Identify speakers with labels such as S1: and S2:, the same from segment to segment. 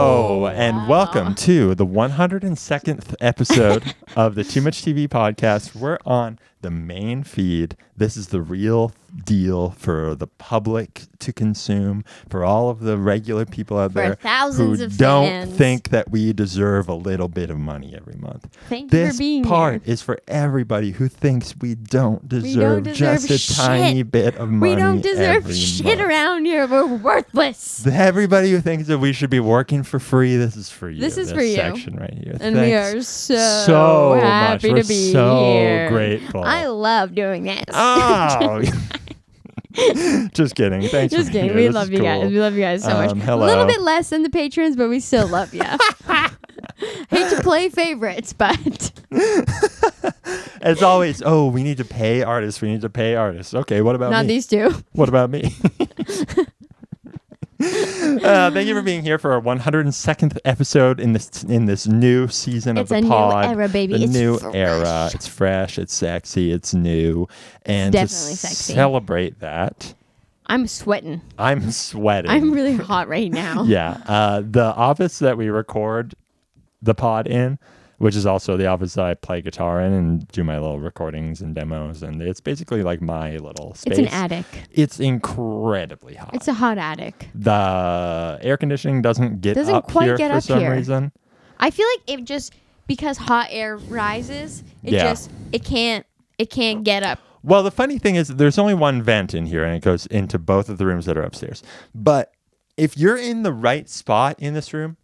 S1: and
S2: Wow.
S1: welcome to the 102nd episode of the Too Much TV podcast. We're on the main feed. This is the real deal for the public to consume, for all of the regular people out
S2: For
S1: there
S2: thousands
S1: who
S2: of
S1: don't
S2: fans.
S1: think that we deserve a little bit of money every month.
S2: Thank you
S1: This
S2: for being
S1: part
S2: here.
S1: is for everybody who thinks we don't deserve,
S2: deserve
S1: just a
S2: shit.
S1: tiny bit of money.
S2: We don't deserve
S1: every
S2: shit
S1: month.
S2: around here. We're worthless.
S1: Everybody who thinks that we should be working for free, this is for you.
S2: This is for you.
S1: Section right here.
S2: And we
S1: Thanks
S2: are so,
S1: so
S2: happy
S1: much. We're
S2: to be
S1: so
S2: here.
S1: grateful.
S2: I love doing this.
S1: Oh. Just kidding. Thanks.
S2: Just
S1: for
S2: kidding.
S1: Being here.
S2: We
S1: This
S2: love
S1: is
S2: you
S1: cool.
S2: guys. We love you guys so
S1: Um,
S2: much.
S1: hello.
S2: A little bit less than the patrons, but we still love you. Hate to play favorites, but
S1: As always, oh, we need to pay artists. We need to pay artists. Okay, what about
S2: not
S1: me?
S2: these two.
S1: What about me? uh, thank you for being here for our 102nd episode in this in this new season of
S2: It's
S1: the
S2: a new
S1: pod.
S2: era, baby.
S1: The
S2: It's
S1: new
S2: fresh.
S1: era. It's fresh. It's sexy. It's new. And
S2: definitely
S1: to
S2: sexy.
S1: celebrate that,
S2: I'm sweating.
S1: I'm sweating.
S2: I'm really hot right now.
S1: yeah. Uh, the office that we record the pod in, which is also the office that I play guitar in and do my little recordings and demos, and it's basically like my little space.
S2: It's an attic.
S1: It's incredibly hot.
S2: It's a hot attic.
S1: the air conditioning doesn't get
S2: Doesn't
S1: up
S2: quite
S1: here
S2: get
S1: for
S2: up
S1: some
S2: here.
S1: reason.
S2: I feel like it just because hot air rises, it
S1: Yeah.
S2: just it can't it can't get up.
S1: Well, the funny thing is that there's only one vent in here and it goes into both of the rooms that are upstairs. But if you're in the right spot in this room,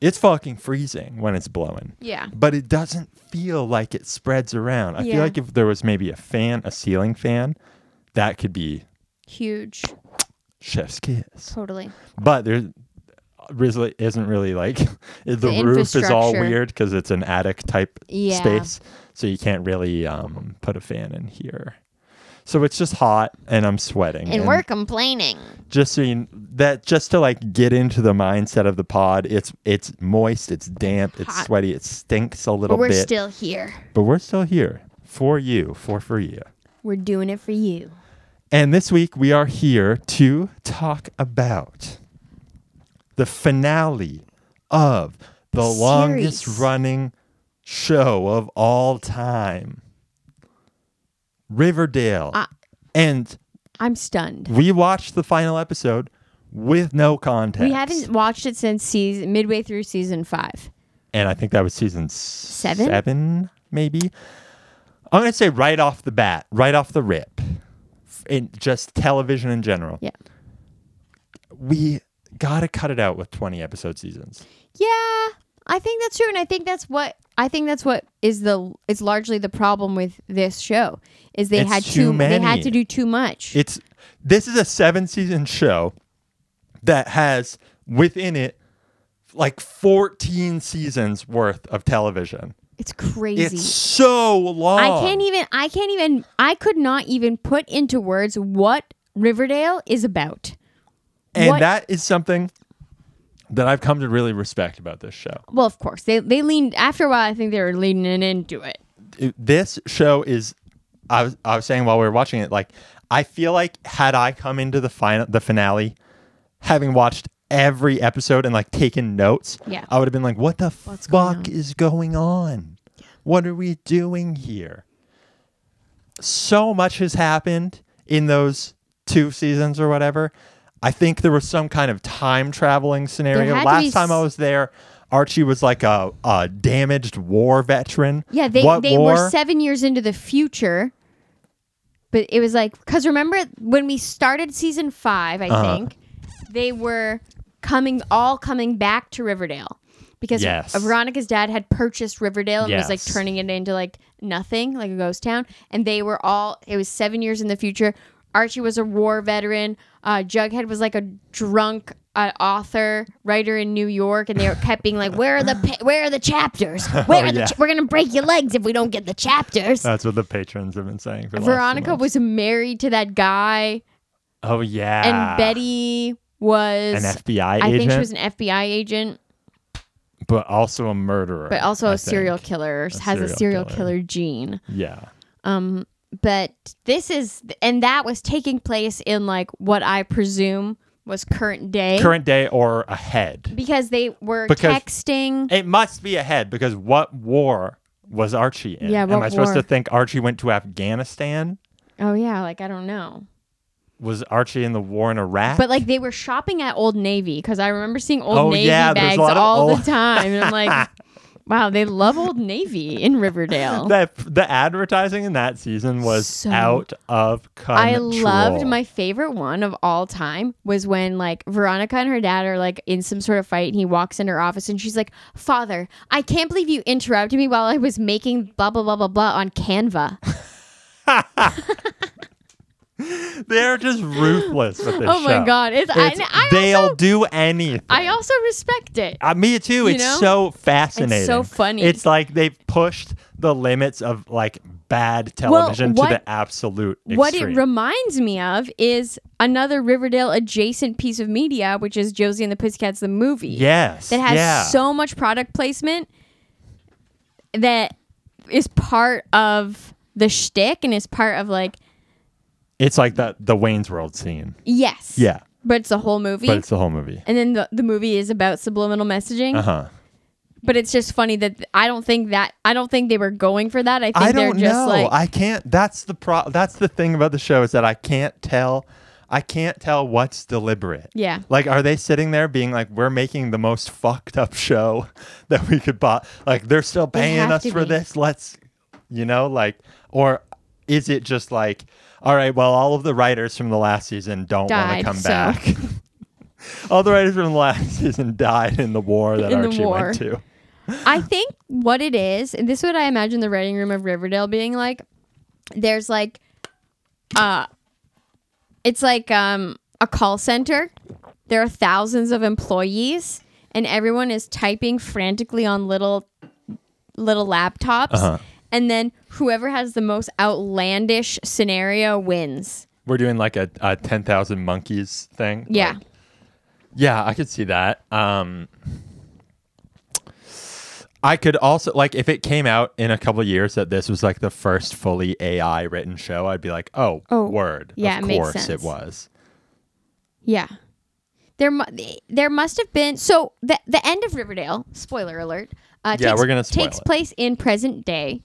S1: it's fucking freezing when it's blowing.
S2: Yeah.
S1: But it doesn't feel like it spreads around. I feel
S2: Yeah.
S1: like if there was maybe a fan, a ceiling fan, that could be
S2: Huge.
S1: chef's kiss.
S2: Totally.
S1: But there really isn't really like the, roof is all
S2: infrastructure.
S1: weird because it's an attic type
S2: Yeah.
S1: space, so you can't really um, put a fan in here. So it's just hot, and I'm sweating.
S2: And we're complaining.
S1: just so you, that just to like get into the mindset of the pod. It's it's moist, it's damp, it's
S2: Hot.
S1: sweaty, it stinks a little
S2: But we're
S1: bit,
S2: still here.
S1: but we're still here for you, for for you.
S2: We're doing it for you.
S1: And this week we are here to talk about the finale of the
S2: Series.
S1: longest running show of all time Riverdale.
S2: Ah.
S1: and
S2: I'm stunned.
S1: we watched the final episode with no context.
S2: We haven't watched it since season midway through season five.
S1: And I think that was season
S2: Seven?
S1: seven maybe. I'm going to say right off the bat, right off the rip, f- in just television in general.
S2: Yeah.
S1: we gotta cut it out with 20 episode seasons
S2: Yeah, I think that's true, and I think that's what I think that's what is the is largely the problem with this show is they
S1: It's
S2: had
S1: too
S2: too they
S1: many.
S2: had to do too much.
S1: it's this is a seven season show that has within it like 14 seasons worth of television
S2: it's crazy.
S1: it's so long
S2: I can't even I can't even I could not even put into words what Riverdale is about.
S1: and
S2: what-
S1: that is something that i've come to really respect about this show
S2: Well, of course. They they leaned after a while I think they were leaning into it.
S1: it- this show is I was I was saying while we were watching it like I feel like had I come into the final the finale having watched every episode and like taken notes
S2: Yeah.
S1: I would have been like what the
S2: What's going
S1: fuck is going on what are we doing here so much has happened in those two seasons or whatever I think there was some kind of time traveling scenario
S2: had to
S1: last
S2: be
S1: time I
S2: s-
S1: was there Archie was like a, a damaged war veteran
S2: Yeah, they
S1: What
S2: they
S1: war?
S2: were seven years into the future, but it was like because remember when we started season five, I
S1: Uh-huh.
S2: think they were coming all coming back to Riverdale because
S1: Yes.
S2: Veronica's dad had purchased Riverdale and was like
S1: Yes.
S2: turning it into like nothing, like a ghost town, and they were all it was seven years in the future. Archie was a war veteran. Uh, Jughead was like a drunk uh, author, writer in New York, and they were kept being like, "Where are the pa- where are the chapters? Where
S1: Oh,
S2: are the
S1: yeah.
S2: cha- we're gonna break your legs if we don't get the chapters."
S1: That's what the patrons have been saying for the last few
S2: Veronica
S1: months.
S2: was married to that guy,
S1: Oh yeah.
S2: and Betty was.
S1: an FBI
S2: I
S1: agent,
S2: think she was an FBI agent,
S1: but also a murderer.
S2: but also a
S1: I
S2: serial
S1: think.
S2: killer.
S1: A
S2: has a
S1: serial
S2: serial
S1: killer.
S2: killer, gene.
S1: Yeah.
S2: Um, but this is, and that was taking place in like what I presume was current day
S1: Current day or ahead?
S2: because they were
S1: Because-
S2: texting.
S1: It must be ahead because what war was Archie in?
S2: Yeah,
S1: Am
S2: what
S1: I supposed
S2: war?
S1: to think Archie went to Afghanistan?
S2: Oh yeah, like I don't know.
S1: Was Archie in the war in Iraq?
S2: But like they were shopping at Old Navy because I remember seeing Old
S1: Oh,
S2: Navy
S1: yeah, there's a
S2: bags
S1: lot of
S2: all
S1: old-
S2: the time, and I'm like, wow, they love Old Navy in Riverdale.
S1: the, the advertising in that season was
S2: So-
S1: out of control.
S2: I loved my favorite one of all time was when like Veronica and her dad are like in some sort of fight and he walks in her office and she's like, "Father, I can't believe you interrupted me while I was making blah blah blah blah blah on Canva."
S1: They're just ruthless with this
S2: oh my
S1: show.
S2: god, it's,
S1: It's-
S2: I, I
S1: they'll
S2: also
S1: do anything.
S2: I also respect it.
S1: Uh, me too. It's
S2: know?
S1: so fascinating.
S2: funny.
S1: It's like they've pushed the limits of like bad television
S2: what-
S1: to the absolute extreme.
S2: What it reminds me of is another Riverdale adjacent piece of media, which is Josie and the Pussycats the movie.
S1: yes.
S2: that has
S1: yeah.
S2: so much product placement that is part of the shtick and is part of like
S1: It's like the the Wayne's World scene.
S2: yes,
S1: Yeah,
S2: but it's the whole movie.
S1: but it's the whole movie.
S2: and then the, the movie is about subliminal messaging,
S1: Uh huh.
S2: but it's just funny that th- I don't think that I don't think they were going for that. I think
S1: I
S2: they're
S1: don't
S2: just
S1: know.
S2: like
S1: I can't. That's the pro. That's the thing about the show is that I can't tell. I can't tell what's deliberate.
S2: Yeah.
S1: Like, are they sitting there being like, "We're making the most fucked up show that we could buy"? Like, they're still paying
S2: have
S1: us
S2: to
S1: for
S2: be.
S1: this. Let's, you know, like, or is it just like, all right, well, all of the writers from the last season don't want to
S2: Died,
S1: come
S2: so.
S1: back. all the writers from the last season died in the war that
S2: In the
S1: Archie
S2: war.
S1: went to.
S2: I think what it is, and this is what I imagine the writing room of Riverdale being like. There's like, uh, it's like um a call center. There are thousands of employees, and everyone is typing frantically on little little laptops.
S1: Uh-huh.
S2: And then whoever has the most outlandish scenario wins.
S1: We're doing like a, a ten thousand monkeys thing.
S2: Yeah.
S1: Like, Yeah, I could see that. Um I could also like if it came out in a couple of years that this was like the first fully AI written show, I'd be like, "Oh,
S2: Oh,
S1: word.
S2: yeah,
S1: of
S2: it makes
S1: course it
S2: sense.
S1: was."
S2: Yeah. There, mu- there must have been so the the end of Riverdale. Spoiler alert. Uh,
S1: Yeah,
S2: takes,
S1: we're gonna spoil
S2: takes
S1: it.
S2: place in present day.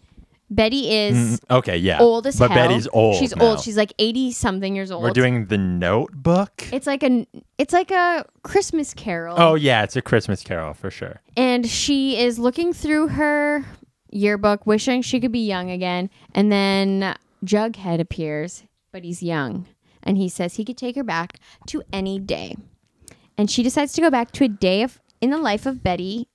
S2: Betty is
S1: Mm, Okay, yeah.
S2: old as
S1: but
S2: hell.
S1: Betty's old.
S2: She's
S1: now.
S2: old. She's like eighty something years old.
S1: We're doing the Notebook.
S2: It's like a it's like a Christmas Carol.
S1: oh yeah, it's a Christmas Carol for sure.
S2: And she is looking through her yearbook, wishing she could be young again. And then Jughead appears, but he's young. And he says he could take her back to any day. And she decides to go back to a day of in the life of Betty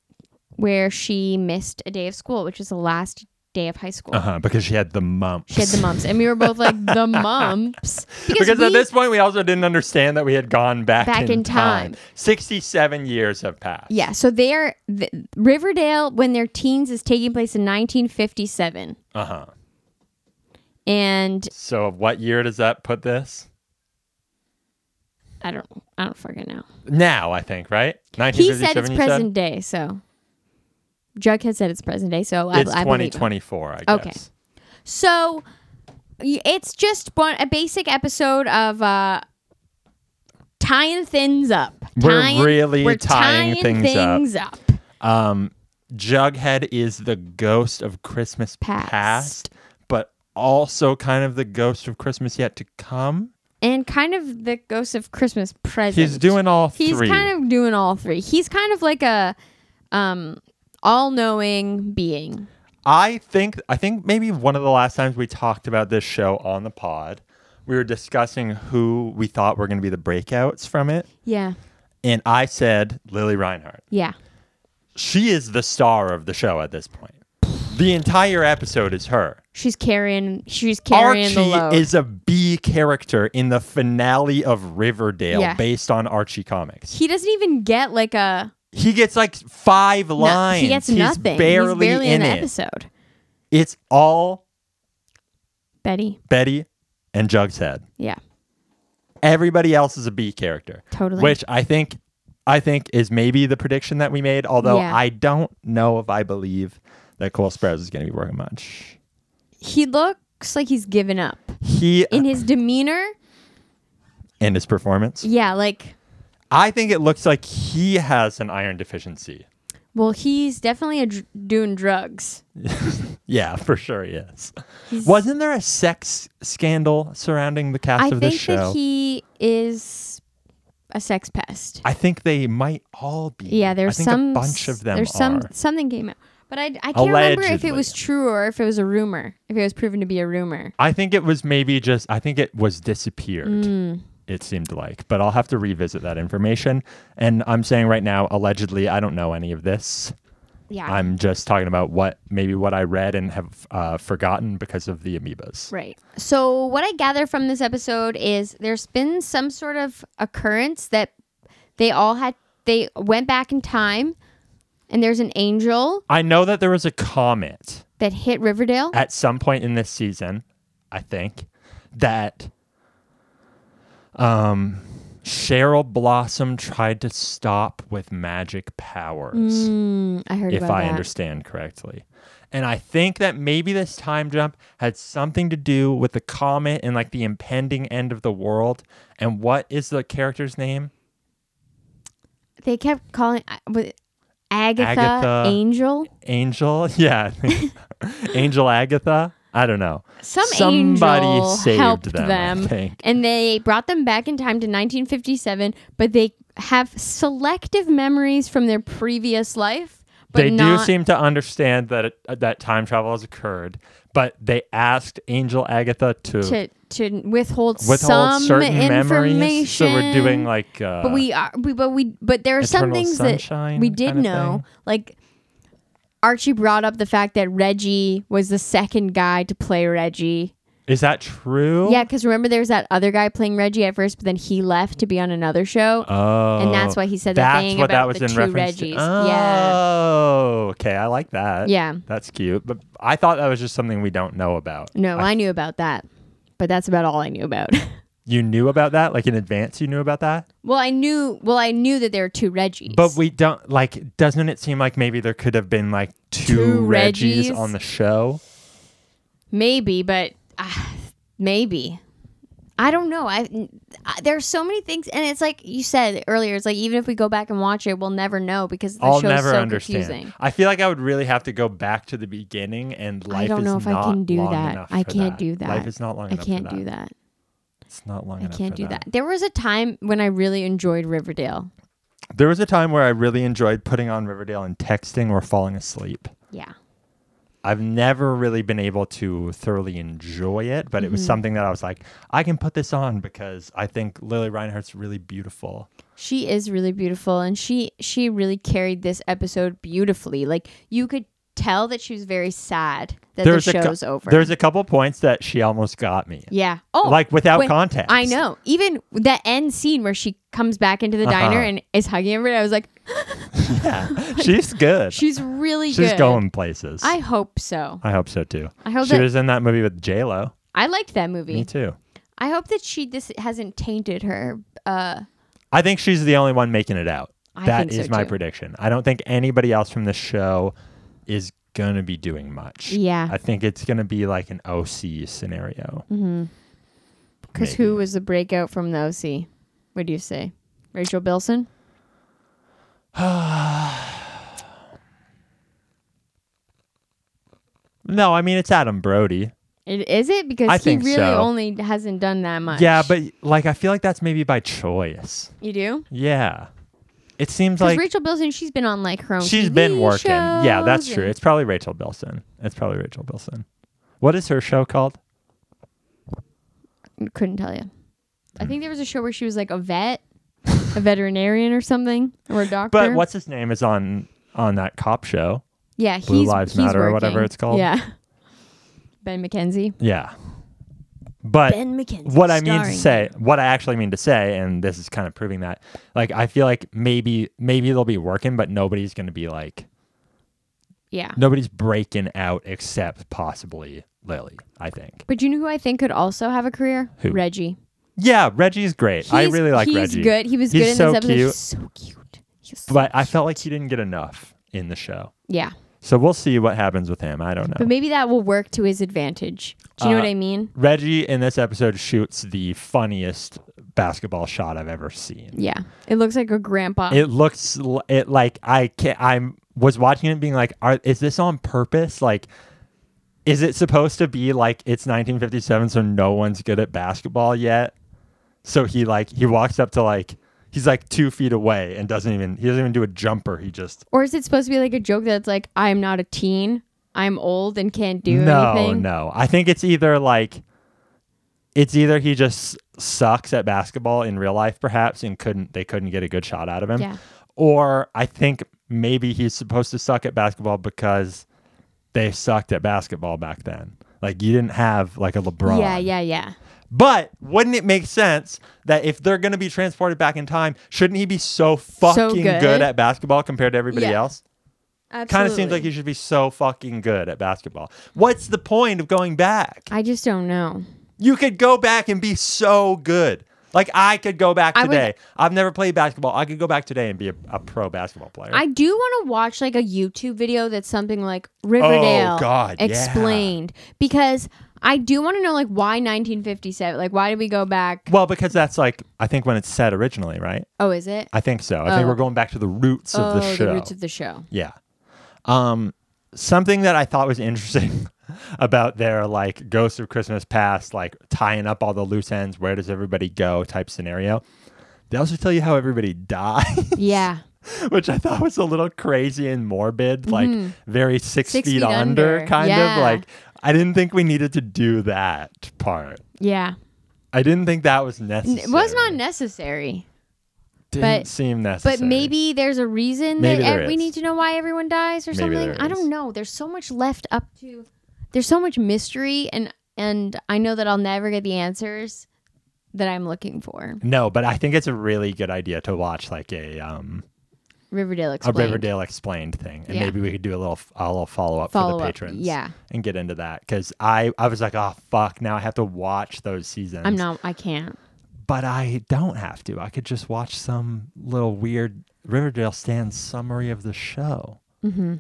S2: where she missed a day of school, which was the last day of high school.
S1: Uh huh. Because she had the mumps.
S2: She had the mumps. And we were both like, the mumps? Because,
S1: Because
S2: we,
S1: at this point, we also didn't understand that we had gone back,
S2: Back in time.
S1: Sixty-seven years have passed.
S2: Yeah, so they are th- Riverdale when they're teens is taking place in 1957.
S1: Uh huh.
S2: And
S1: So, what year does that put this?
S2: I don't I don't fucking know.
S1: Now, I think, right?
S2: He said it's
S1: 1957, you
S2: present day, so Jughead said it's present day, so I,
S1: It's
S2: I believe. him.
S1: 2024, I guess.
S2: Okay. So y- it's just one a basic episode of uh tying things up.
S1: We're
S2: Tying-
S1: really tying things up.
S2: up.
S1: Um, Jughead is the ghost of Christmas
S2: Past.
S1: past. but also kind of the ghost of Christmas yet to come.
S2: and kind of the ghost of Christmas present.
S1: He's doing all
S2: He's
S1: three.
S2: kind of doing all three. He's kind of like a um all-knowing being.
S1: I think I think maybe one of the last times we talked about this show on the pod, we were discussing who we thought were going to be the breakouts from it,
S2: Yeah.
S1: and I said Lily Reinhardt.
S2: Yeah.
S1: she is the star of the show at this point. The entire episode is her.
S2: She's carrying she's carrying the load.
S1: Archie is a B character in the finale of Riverdale
S2: Yeah.
S1: based on Archie comics.
S2: he doesn't even get like a
S1: He gets like five
S2: no,
S1: lines.
S2: he gets
S1: He's
S2: nothing. He's
S1: Barely
S2: in,
S1: in,
S2: the
S1: it.
S2: episode.
S1: It's all
S2: Betty.
S1: Betty and Jughead.
S2: Yeah.
S1: Everybody else is a B character.
S2: Totally.
S1: Which I think I think is maybe the prediction that we made, although
S2: Yeah.
S1: I don't know if I believe that Cole Sprouse is gonna be working much.
S2: He looks like he's given up.
S1: He
S2: In his demeanor,
S1: and his performance.
S2: yeah, like
S1: I think it looks like he has an iron deficiency.
S2: Well, he's definitely a dr- doing drugs.
S1: Yeah, for sure he is. Wasn't there a sex scandal surrounding the cast
S2: I
S1: of this
S2: think
S1: show?
S2: that he is a sex pest.
S1: I think they might all be.
S2: Yeah, there's
S1: I think
S2: some
S1: a bunch of them
S2: There's
S1: are.
S2: some something came out, but I, I can't remember if
S1: Allegedly.
S2: it was true or if it was a rumor. If it was proven to be a rumor.
S1: I think it was maybe just. I think it was disappeared.
S2: Mm.
S1: It seemed like, but I'll have to revisit that information. And I'm saying right now, allegedly, I don't know any of this.
S2: Yeah.
S1: I'm just talking about what maybe what I read and have uh, forgotten because of the amoebas.
S2: Right. So what I gather from this episode is there's been some sort of occurrence that they all had they went back in time and there's an angel
S1: I know that there was a comet
S2: that hit Riverdale.
S1: at some point in this season, I think, that um, Cheryl Blossom tried to stop with magic powers,
S2: Mm, I heard
S1: if
S2: about
S1: I
S2: that.
S1: understand correctly. And I think that maybe this time jump had something to do with the comet and like the impending end of the world. And what is the character's name?
S2: They kept calling I- was it Agatha,
S1: Agatha.
S2: Angel.
S1: Angel? Yeah. Angel Agatha? I don't know.
S2: Some
S1: Somebody
S2: angel
S1: saved
S2: helped
S1: them, I
S2: them,
S1: think.
S2: and they brought them back in time to 1957. But they have selective memories from their previous life. But
S1: they
S2: not,
S1: do seem to understand that it, uh, that time travel has occurred, but they asked Angel Agatha to,
S2: to to withhold,
S1: withhold
S2: some
S1: certain
S2: information.
S1: memories. So we're doing like, uh,
S2: but we are, we, but we, but there are some
S1: Eternal
S2: things that
S1: Sunshine
S2: we did
S1: kinda
S2: know.
S1: thing.
S2: Like Archie brought up the fact that Reggie was the second guy to play Reggie.
S1: is that true?
S2: Yeah, because remember there was that other guy playing Reggie at first, but then he left to be on another show,
S1: Oh,
S2: and that's why he said the
S1: that's
S2: thing
S1: what
S2: about
S1: that was
S2: the
S1: in
S2: two
S1: reference
S2: Reggies.
S1: to. Oh, okay, I like that.
S2: Yeah, yeah.
S1: that's cute. But I thought that was just something we don't know about.
S2: No,
S1: I-
S2: I knew about that, but that's about all I knew about.
S1: You knew about that, like in advance. You knew about that,
S2: well, I knew. Well, I knew that there were two Reggies.
S1: but we don't. Like, doesn't it seem like maybe there could have been like two,
S2: Two
S1: Reggies,
S2: Reggies?
S1: on the show?
S2: Maybe, but uh, maybe. I don't know. I, I there's so many things, and it's like you said earlier. It's like even if we go back and watch it, we'll never know because the
S1: I'll
S2: show's
S1: never
S2: so
S1: understand.
S2: confusing.
S1: I feel like I would really have to go back to the beginning, and life
S2: I don't
S1: is
S2: know if I
S1: not
S2: can do
S1: long
S2: that.
S1: enough
S2: I
S1: for
S2: can't do that.
S1: Life is not long
S2: I
S1: enough.
S2: can't
S1: for that.
S2: do that.
S1: It's not long
S2: I
S1: enough.
S2: can't
S1: for
S2: do that. There was a time when I really enjoyed Riverdale.
S1: There was a time where I really enjoyed putting on Riverdale and texting or falling asleep.
S2: Yeah.
S1: I've never really been able to thoroughly enjoy it, but it
S2: Mm-hmm.
S1: was something that I was like, I can put this on because I think Lily Reinhardt's really beautiful.
S2: She is really beautiful and she she really carried this episode beautifully. Like you could tell that she was very sad that
S1: There's a
S2: the
S1: cou-
S2: show's over.
S1: There's a couple points that she almost got me,
S2: yeah. Oh,
S1: like without
S2: when-
S1: context.
S2: I know. Even the end scene where she comes back into the diner
S1: Uh-huh.
S2: and is hugging everybody, I was like,
S1: Yeah. she's good.
S2: she's really
S1: she's
S2: good.
S1: going places.
S2: I hope so.
S1: I hope so too.
S2: I hope
S1: she
S2: that-
S1: was in that movie with J Lo.
S2: I liked that
S1: Me
S2: movie.
S1: too.
S2: I hope that she this hasn't tainted her. Uh,
S1: I think she's the only one making it out.
S2: I
S1: That
S2: think so
S1: is my
S2: too.
S1: prediction. I don't think anybody else from the show is gonna be doing much.
S2: Yeah.
S1: I think it's gonna be like an OC scenario.
S2: because
S1: Maybe.
S2: who was the breakout from the OC? What do you say, Rachel Bilson? Mm-hmm.
S1: No, I mean it's Adam Brody.
S2: It, is it because
S1: I
S2: he
S1: think
S2: really
S1: so.
S2: only hasn't done that much?
S1: Yeah, but like I feel like that's maybe by choice.
S2: you do
S1: Yeah. It seems
S2: because
S1: like
S2: Rachel Bilson she's been on like her own.
S1: she's
S2: TV
S1: been working. Yeah, that's
S2: shows
S1: true.
S2: and-
S1: It's probably Rachel Bilson. It's probably Rachel Bilson. What is her show called?
S2: couldn't tell you. I think there was a show where she was like a vet, a veterinarian or something, or a doctor.
S1: But what's his name is on on that cop show.
S2: Yeah,
S1: Blue
S2: he's,
S1: Lives
S2: he's
S1: Matter or whatever
S2: working.
S1: it's called?
S2: Yeah, Ben McKenzie.
S1: Yeah. But
S2: Ben McKenzie.
S1: what I mean to say, what I actually mean to say, and this is kind of proving that, like, I feel like maybe maybe they'll be working, but nobody's going to be like
S2: Yeah,
S1: nobody's breaking out except possibly Lily. I think.
S2: but you know who I think could also have a career?
S1: Who?
S2: Reggie.
S1: Yeah, Reggie's great. I
S2: He's-
S1: really like
S2: he's
S1: Reggie.
S2: good. He was
S1: He's
S2: good in
S1: so
S2: this episode.
S1: cute.
S2: He's so cute. He's so-
S1: But I felt like he didn't get enough in the show.
S2: yeah,
S1: So we'll see what happens with him. I don't know.
S2: but maybe that will work to his advantage. Do you know
S1: Uh,
S2: what I mean?
S1: Reggie in this episode shoots the funniest basketball shot I've ever seen.
S2: Yeah. It looks like a grandpa.
S1: It looks l- it like I can I'm was watching it being like are is this on purpose? Like is it supposed to be like it's 1957 so no one's good at basketball yet? So he like he walks up to like he's like 2 feet away and doesn't even he doesn't even do a jumper. He just
S2: or is it supposed to be like a joke that's like, I'm not a teen, I'm old and can't do
S1: No,
S2: anything?
S1: no. I think it's either like it's either he just sucks at basketball in real life perhaps and couldn't they couldn't get a good shot out of him.
S2: Yeah.
S1: Or I think maybe he's supposed to suck at basketball because they sucked at basketball back then. Like you didn't have like a LeBron.
S2: Yeah, yeah, yeah.
S1: But wouldn't it make sense that if they're going to be transported back in time, shouldn't he be so fucking
S2: good.
S1: at basketball compared to everybody
S2: Yeah.
S1: else? Kind of seems like he should be so fucking good at basketball. What's the point of going back?
S2: I just don't know.
S1: You could go back and be so good. Like I could go back
S2: I would-
S1: today. I've never played basketball. I could go back today and be a, a pro basketball player.
S2: I do want to watch like a YouTube video that's something like Riverdale
S1: Oh, God, yeah.
S2: explained because I do want to know like why 1957. Like why did we go back?
S1: Well, because that's like I think when it's said originally, right?
S2: Oh, is it?
S1: I think so. I think
S2: Oh.
S1: we're going back to the roots
S2: oh,
S1: of the show.
S2: roots of the show.
S1: yeah. Um, something that I thought was interesting about their like Ghosts of Christmas Past, like tying up all the loose ends, where does everybody go type scenario. They also tell you how everybody died,
S2: Yeah.
S1: which I thought was a little crazy and morbid, like very six,
S2: Mm-hmm. Six
S1: feet,
S2: feet
S1: under,
S2: under.
S1: kind
S2: Yeah.
S1: of like. I didn't think we needed to do that part.
S2: Yeah.
S1: I didn't think that was necessary.
S2: It was not necessary.
S1: Didn't
S2: but-
S1: seem necessary.
S2: But maybe there's a reason
S1: Maybe
S2: that
S1: there
S2: ev- we
S1: is.
S2: need to know why everyone dies or
S1: Maybe
S2: something.
S1: there
S2: I
S1: is.
S2: don't know. There's so much left up to. There's so much mystery, and and I know that I'll never get the answers that I'm looking for.
S1: No, but I think it's a really good idea to watch like a um
S2: Riverdale
S1: a
S2: explained.
S1: Riverdale explained thing, and
S2: Yeah.
S1: maybe we could do a little a little follow up for
S2: Follow
S1: the
S2: up,
S1: patrons,
S2: yeah.
S1: and get into that because I I was like, oh fuck, now I have to watch those seasons.
S2: I'm not. I can't.
S1: but I don't have to. I could just watch some little weird Riverdale stand summary of the show.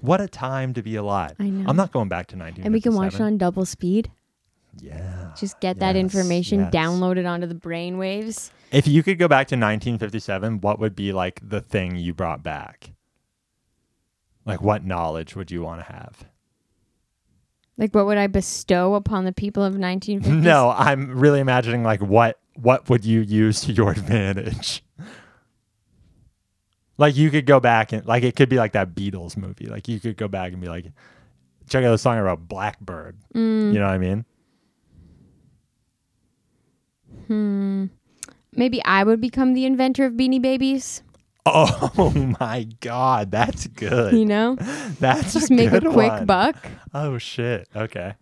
S1: What a time to be alive!
S2: Mm-hmm. I know.
S1: I'm not going back to 19.
S2: And we can watch it on double speed.
S1: Yeah.
S2: Just get that
S1: Yes,
S2: information
S1: yes.
S2: downloaded onto the brain waves.
S1: If you could go back to 1957, what would be like the thing you brought back? Like, what knowledge would you want to have?
S2: Like, what would I bestow upon the people of 1950s?
S1: No, I'm really imagining like what what would you use to your advantage? Like you could go back and like it could be like that Beatles movie. Like you could go back and be like, check out the song about Blackbird.
S2: Mm.
S1: You know what I mean?
S2: Maybe I would become the inventor of Beanie Babies.
S1: Oh my god, that's
S2: You
S1: good.
S2: know,
S1: That's
S2: just make a
S1: good
S2: quick
S1: one.
S2: buck.
S1: Oh shit. Okay.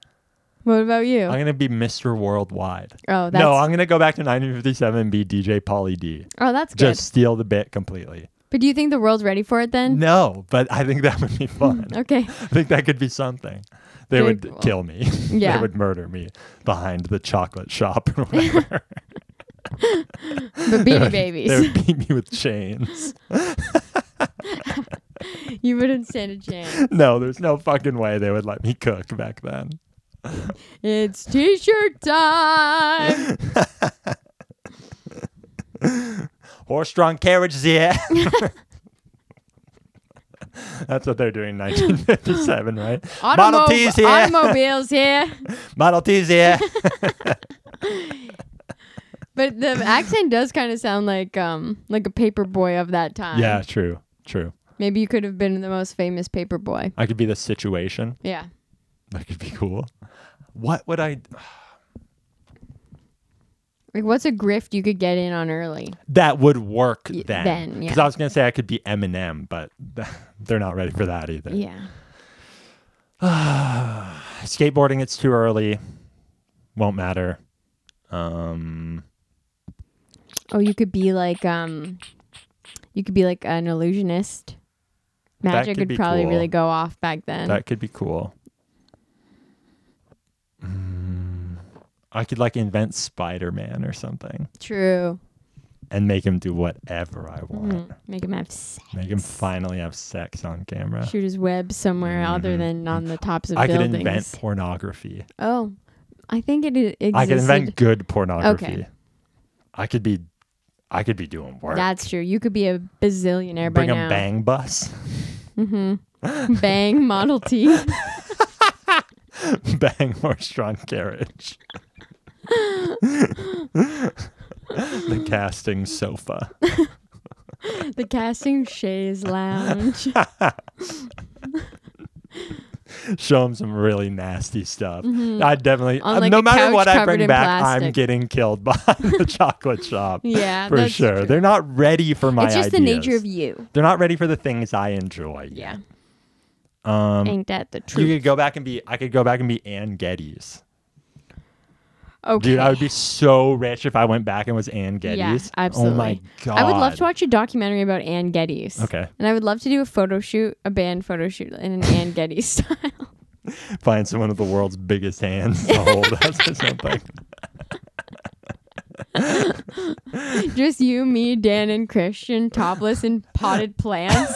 S2: What about you?
S1: I'm gonna be Mr. Worldwide.
S2: oh, that's
S1: No, I'm gonna go back to 1957 and be DJ Pauly D.
S2: oh, that's good.
S1: Just steal the bit completely.
S2: But do you think the world's ready for it then?
S1: No, but I think that would be fun.
S2: Okay.
S1: I think that could be something. They
S2: Very
S1: would
S2: cool.
S1: kill me.
S2: Yeah.
S1: they would murder me behind the chocolate shop or whatever.
S2: The Beanie
S1: they
S2: Babies.
S1: would beat me with chains.
S2: you wouldn't stand a chance.
S1: No, there's no fucking way they would let me cook back then.
S2: It's t-shirt time.
S1: Horse-drawn carriages, yeah. That's what they're doing in 1957, right? Model
S2: Automo-
S1: T's here.
S2: Automobiles here.
S1: Model T's, yeah.
S2: But the accent does kind of sound like um like a paper boy of that time.
S1: yeah, true, true.
S2: Maybe you could have been the most famous paper boy.
S1: I could be the situation.
S2: Yeah.
S1: That could be cool. What would I?
S2: Like what's a grift you could get in on early?
S1: that would work
S2: Y-
S1: then.
S2: then, yeah.
S1: Because I was gonna say I could be Eminem, but th- they're not ready for that either.
S2: Yeah.
S1: Skateboarding, it's too early. Won't matter. Um,
S2: Oh, you could be like um you could be like an illusionist. Magic
S1: could
S2: would
S1: be
S2: probably
S1: cool.
S2: really go off back then.
S1: that could be cool. Mm, I could like invent Spider-Man or something
S2: True.
S1: and make him do whatever I want.
S2: Mm, Make him have sex.
S1: Mm-hmm. Make him finally have sex on camera.
S2: Shoot his web somewhere other
S1: Mhm.
S2: than on the tops of
S1: I could
S2: buildings.
S1: invent pornography.
S2: oh, I think it i- existed.
S1: I could invent good pornography. I could be, I could be doing work.
S2: That's true. You could be a bazillionaire
S1: Bring
S2: by
S1: a
S2: now. Mm-hmm.
S1: bang bus,
S2: Bang Model T.
S1: bang horse drawn carriage, the casting sofa.
S2: the casting chaise lounge.
S1: Show them some really nasty stuff. I definitely,
S2: Mm-hmm. On,
S1: uh,
S2: like,
S1: no
S2: a
S1: matter
S2: couch
S1: what I
S2: covered
S1: bring
S2: in
S1: back, I'm
S2: plastic.
S1: getting killed by the chocolate shop.
S2: Yeah,
S1: for
S2: that's
S1: sure.
S2: true.
S1: They're not ready for my
S2: it's just the
S1: ideas.
S2: nature of you.
S1: They're not ready for the things I enjoy. yet.
S2: Yeah.
S1: Um,
S2: Ain't that the
S1: you
S2: truth?
S1: could go back and be. I could go back and be Ann Geddes.
S2: okay.
S1: Dude, oh, I would be so rich if I went back and was Ann Geddes.
S2: Yeah, absolutely.
S1: Oh my god.
S2: I would love to watch a documentary about Anne Geddes.
S1: Okay,
S2: And I would love to do a photo shoot, a band photo shoot in an Anne Geddes style.
S1: find someone with the world's biggest hands to hold us or something.
S2: Just you, me, Dan, and Christian, topless in potted plants.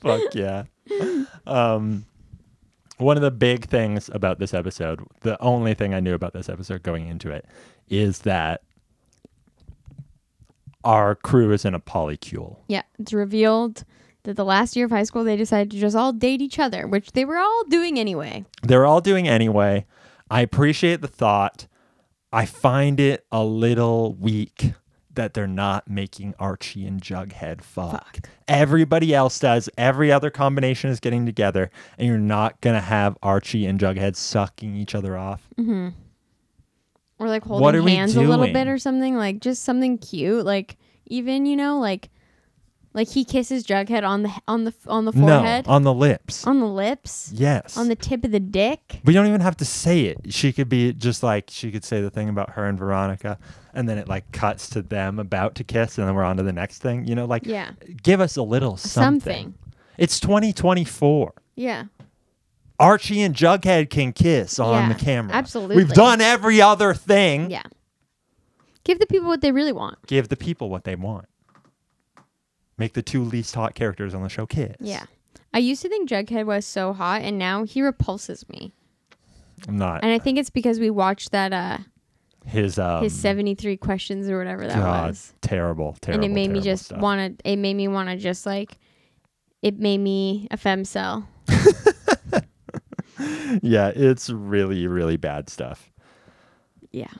S1: Fuck yeah. Um, one of the big things about this episode, the only thing I knew about this episode going into it, is that our crew is in a polycule.
S2: yeah, it's revealed that the last year of high school they decided to just all date each other, which they were all doing anyway.
S1: They're all doing anyway. I appreciate the thought. I find it a little weak that they're not making Archie and Jughead fuck. Everybody else does. Every other combination is getting together, and you're not going to have Archie and Jughead sucking each other off.
S2: Or like
S1: What are
S2: holding
S1: we
S2: hands a little
S1: doing?
S2: bit or something, like just something cute. Like even, you know, like like he kisses Jughead on the on the on the forehead.
S1: No, on the lips.
S2: on the lips.
S1: yes.
S2: On the tip of the dick.
S1: we don't even have to say it. She could be just like she could say the thing about her and Veronica, and then it like cuts to them about to kiss, and then we're on to the next thing. You know, like
S2: Yeah.
S1: give us a little something.
S2: Something.
S1: It's 2024.
S2: Yeah.
S1: Archie and Jughead can kiss on the
S2: Yeah,
S1: camera.
S2: absolutely.
S1: We've done every other thing.
S2: Yeah. Give the people what they really want.
S1: Give the people what they want. Make the two least hot characters on the show kiss.
S2: Yeah. I used to think Jughead was so hot and now he repulses me.
S1: I'm not
S2: And I think it's because we watched that uh
S1: his um
S2: his 73 questions or whatever that
S1: God,
S2: was.
S1: terrible, terrible.
S2: And it made
S1: terrible
S2: me just
S1: stuff.
S2: want to it made me want to just like it made me a fem cell.
S1: Yeah, it's really, really bad stuff.
S2: Yeah.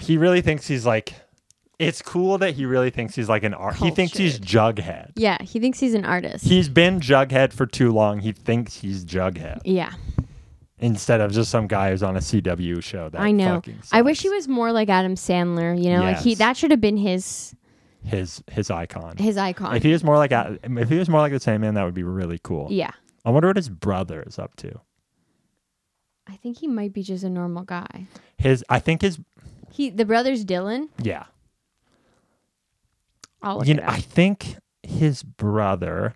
S1: He really thinks he's like. It's cool that he really thinks he's like an art. He thinks he's Jughead.
S2: Yeah, he thinks he's an artist.
S1: He's been Jughead for too long. He thinks he's Jughead
S2: yeah.
S1: instead of just some guy who's on a CW show. That
S2: I know.
S1: fucking
S2: I wish he
S1: sucks.
S2: was more like Adam Sandler, you know? Like he
S1: Yes.
S2: that should have been his
S1: his his icon.
S2: his icon.
S1: If he was more like a- if he was more like the same man, that would be really cool.
S2: yeah.
S1: I wonder what his brother is up to.
S2: I think he might be just a normal guy.
S1: His I think his
S2: He the brother's Dylan.
S1: yeah.
S2: I'll look
S1: you
S2: it
S1: know,
S2: up.
S1: I think his brother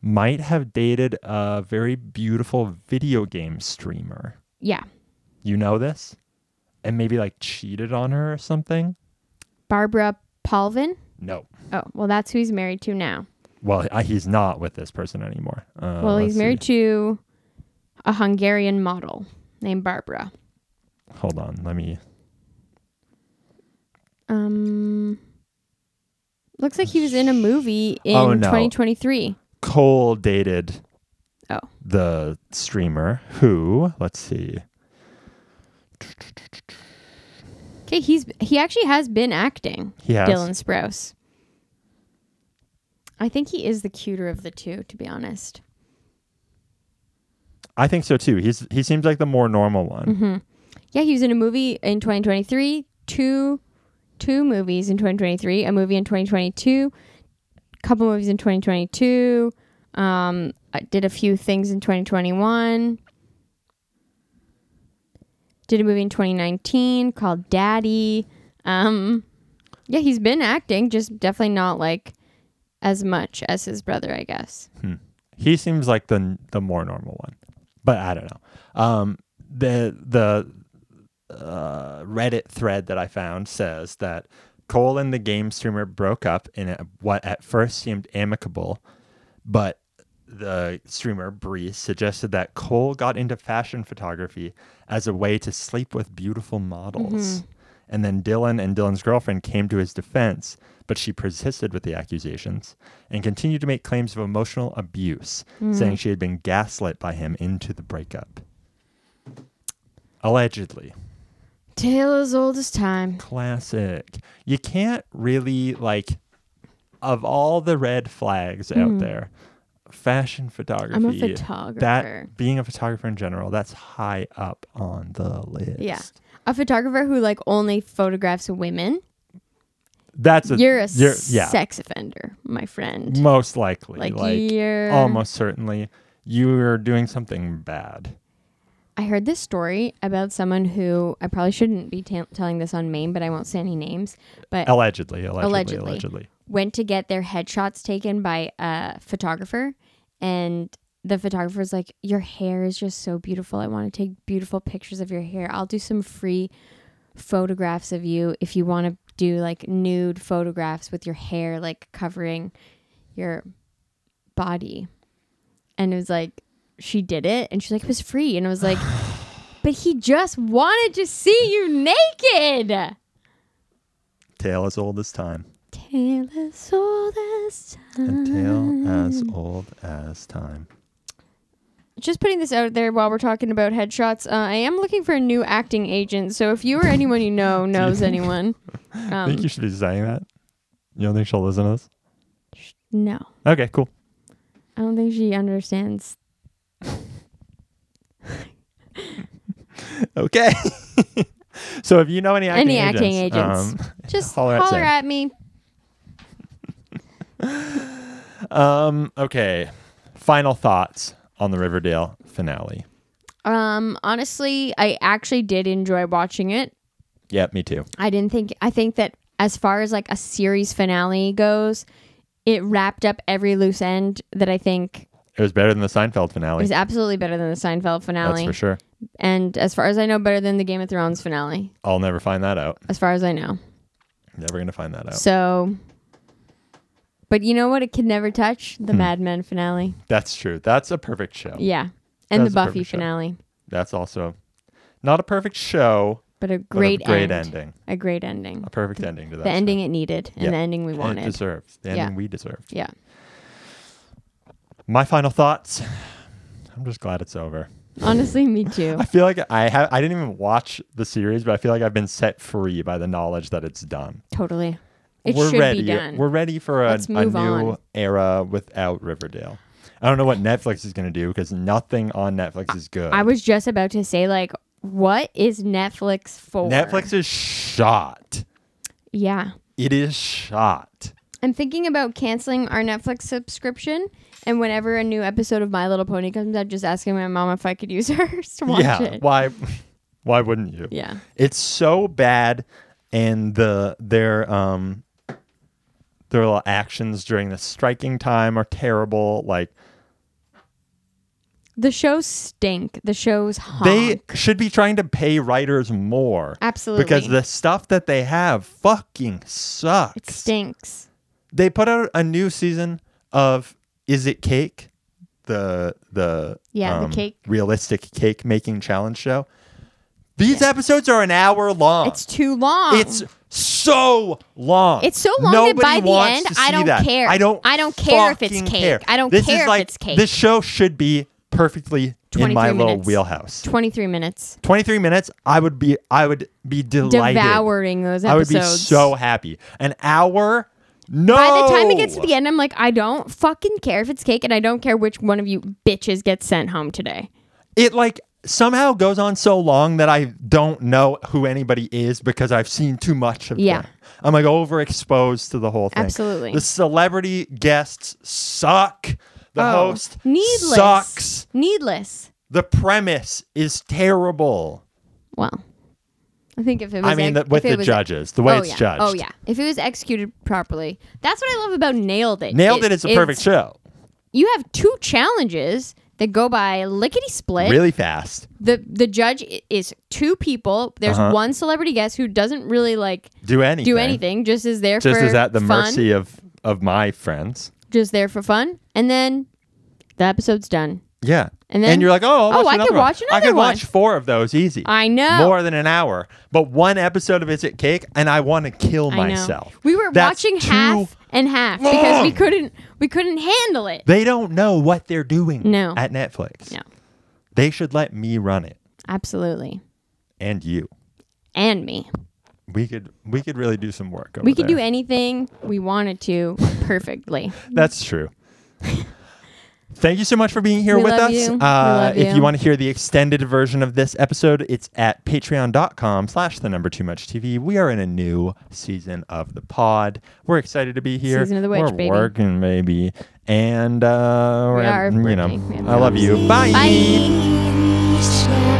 S1: might have dated a very beautiful video game streamer.
S2: yeah,
S1: You know this? And maybe like cheated on her or something?
S2: Barbara Palvin.
S1: No.
S2: Oh well, that's who he's married to now.
S1: Well, I, he's not with this person anymore. Uh,
S2: well, he's
S1: let's
S2: married
S1: see.
S2: to a Hungarian model named Barbara.
S1: Hold on, let me.
S2: Um, looks like he was in a movie in
S1: Oh, no.
S2: 2023.
S1: Cole dated
S2: Oh.
S1: the streamer who, let's see.
S2: Okay, he's he actually has been acting.
S1: He has
S2: Dylan Sprouse. I think he is the cuter of the two, to be honest.
S1: I think so too. He's he seems like the more normal one.
S2: Mm-hmm. Yeah, he was in a movie in 2023, two two movies in 2023, a movie in 2022, a couple movies in 2022. Um, I did a few things in 2021. Did a movie in 2019 called Daddy. Um, yeah, he's been acting, just definitely not like as much as his brother, I guess.
S1: he seems like the the more normal one but i don't know um the the uh, reddit thread that i found says that cole and the game streamer broke up in a, what at first seemed amicable but the streamer Bree suggested that Cole got into fashion photography as a way to sleep with beautiful models. And then Dylan and Dylan's girlfriend came to his defense, but she persisted with the accusations and continued to make claims of emotional abuse, saying she had been gaslit by him into the breakup. Allegedly.
S2: Tale as old as time.
S1: Classic. You can't really like of all the red flags out there. Fashion photography.
S2: Hmm. I'm a photographer.
S1: That being a photographer in general, that's high up on the list.
S2: Yeah. A photographer who like only photographs women.
S1: That's a
S2: You're a
S1: yeah,
S2: sex offender, my friend.
S1: most likely. Like,
S2: Like, you're
S1: almost certainly you're doing something bad.
S2: I heard this story about someone who I probably shouldn't be ta- telling this on Maine, but I won't say any names. But
S1: Allegedly, allegedly, allegedly.
S2: Eh, Allegedly. went to get their headshots taken by a photographer and the photographer's like your hair is just so beautiful i want to take beautiful pictures of your hair i'll do some free photographs of you if you want to do like nude photographs with your hair like covering your body and it was like she did it and she's like it was free and i was like but he just wanted to see you naked
S1: Tale as old as time.
S2: Tale as old as
S1: And tale as
S2: Mm-hmm.
S1: old as time.
S2: just putting this out there while we're talking about headshots, uh, I am looking for a new acting agent. So if you or anyone you know knows anyone,
S1: I think
S2: um,
S1: you should be saying that. You don't think she'll listen to this?
S2: no,
S1: Okay, cool.
S2: I don't think she understands.
S1: Okay. so if you know any acting
S2: Any
S1: agents,
S2: acting agents.
S1: um,
S2: Just
S1: Holler
S2: holler,
S1: at Sam.
S2: at me.
S1: um, okay. Final thoughts on the Riverdale finale.
S2: Um, honestly, I actually did enjoy watching it.
S1: Yep, me too.
S2: I didn't think. I think that as far as like a series finale goes, it wrapped up every loose end that I think
S1: It was better than the Seinfeld finale.
S2: is absolutely better than the Seinfeld
S1: That's
S2: finale,
S1: for sure.
S2: and as far as I know, better than the Game of Thrones finale.
S1: I'll never find that out.
S2: As far as I know.
S1: Never gonna find that out.
S2: So, but you know what? It could never touch the
S1: Hmm.
S2: Mad Men finale.
S1: That's true. That's a perfect show.
S2: Yeah,
S1: That's
S2: and
S1: a
S2: the Buffy
S1: perfect show.
S2: finale.
S1: That's also not a perfect show,
S2: But a
S1: but
S2: great,
S1: a great
S2: end.
S1: ending.
S2: A great ending.
S1: A perfect ending to that.
S2: the
S1: show.
S2: ending it needed, and
S1: Yeah.
S2: the ending we
S1: And it
S2: wanted.
S1: deserved. The
S2: Yeah.
S1: ending we deserved.
S2: yeah.
S1: My final thoughts. I'm just glad it's over.
S2: Honestly, me too.
S1: I feel like I have I didn't even watch the series, but I feel like I've been set free by the knowledge that it's done.
S2: Totally. It
S1: We're
S2: should
S1: ready.
S2: be done.
S1: We're ready for a,
S2: Let's
S1: a new
S2: move on.
S1: era without Riverdale. I don't know what Netflix is going to do because nothing on Netflix is good.
S2: I was just about to say, like, what is Netflix for?
S1: Netflix is shot.
S2: Yeah.
S1: It is shot.
S2: I'm thinking about canceling our Netflix subscription, and whenever a new episode of My Little Pony comes out, just asking my mom if I could use hers to watch
S1: yeah.
S2: it.
S1: Why why wouldn't you?
S2: Yeah.
S1: It's so bad, and the their um their little actions during the striking time are terrible. Like
S2: The shows stink. The shows
S1: they
S2: honk.
S1: should be trying to pay writers more
S2: Absolutely.
S1: because the stuff that they have fucking sucks.
S2: it stinks.
S1: they put out a new season of Is It Cake? The the
S2: Yeah, the
S1: um,
S2: cake.
S1: realistic cake making challenge show. These episodes are an hour long.
S2: It's too long.
S1: Uh, It's so long.
S2: It's so long
S1: Nobody
S2: that by the
S1: wants
S2: end,
S1: to
S2: I
S1: see
S2: don't
S1: that.
S2: care.
S1: I don't.
S2: I don't care if it's
S1: fucking
S2: cake.
S1: care.
S2: I don't
S1: This
S2: care
S1: is
S2: if
S1: like,
S2: it's cake.
S1: This show should be perfectly in
S2: 23
S1: my little
S2: minutes.
S1: wheelhouse.
S2: 23 minutes.
S1: 23 minutes. I would be. I would be delighted.
S2: Devouring those
S1: I would
S2: episodes.
S1: be so Oh! happy. An hour. No.
S2: By the time it gets to the end, I'm like, I don't fucking care if it's cake, and I don't care which one of you bitches gets sent home today.
S1: it like somehow goes on so long that I don't know who anybody is because I've seen too much of
S2: Yeah.
S1: them. I'm like overexposed to the whole thing.
S2: Absolutely.
S1: The celebrity guests suck. The
S2: Oh.
S1: host
S2: Needless.
S1: sucks.
S2: Needless.
S1: The premise is terrible.
S2: Well, I think if it was
S1: I mean,
S2: ex-
S1: the, with
S2: if it
S1: the
S2: was-
S1: judges, the way
S2: oh,
S1: it's
S2: yeah.
S1: judged.
S2: Oh yeah. If it was executed properly, that's what I love about Nailed It.
S1: Nailed it. It's a perfect show.
S2: you have two challenges that go by lickety split.
S1: Really fast.
S2: The the judge i- is two people. There's
S1: Uh-huh.
S2: one celebrity guest who doesn't really like
S1: Do anything.
S2: do anything, just is there
S1: Just
S2: for
S1: is at the
S2: fun,
S1: mercy of of my friends.
S2: just there for fun. And then the episode's done.
S1: Yeah.
S2: And then
S1: and you're like, oh, I'll
S2: Oh,
S1: watch
S2: I
S1: another
S2: could
S1: one.
S2: watch
S1: I
S2: another
S1: could
S2: one.
S1: watch four of those easy.
S2: I know.
S1: More than an hour, but one episode of Is It Cake, and I want to kill
S2: I know.
S1: myself.
S2: We were
S1: That's
S2: watching
S1: too-
S2: half and half because we
S1: long.
S2: couldn't we couldn't handle it.
S1: They don't know what they're doing.
S2: No.
S1: At Netflix.
S2: No.
S1: They should let me run it
S2: Absolutely.
S1: and you.
S2: And me.
S1: We could we could really do some work. Over
S2: We could
S1: there.
S2: do anything we wanted to perfectly.
S1: That's true. Thank you so much for being here
S2: We
S1: with
S2: love
S1: us.
S2: you.
S1: Uh,
S2: We love
S1: if you
S2: you.
S1: want to hear the extended version of this episode, it's at patreon.com slash the number too much TV. We are in a new season of the pod. We're excited to be here.
S2: Season of the witch,
S1: We're
S2: baby.
S1: working, baby. And uh, we're,
S2: are
S1: you know,
S2: working.
S1: I love you.
S2: Bye.
S3: Shine.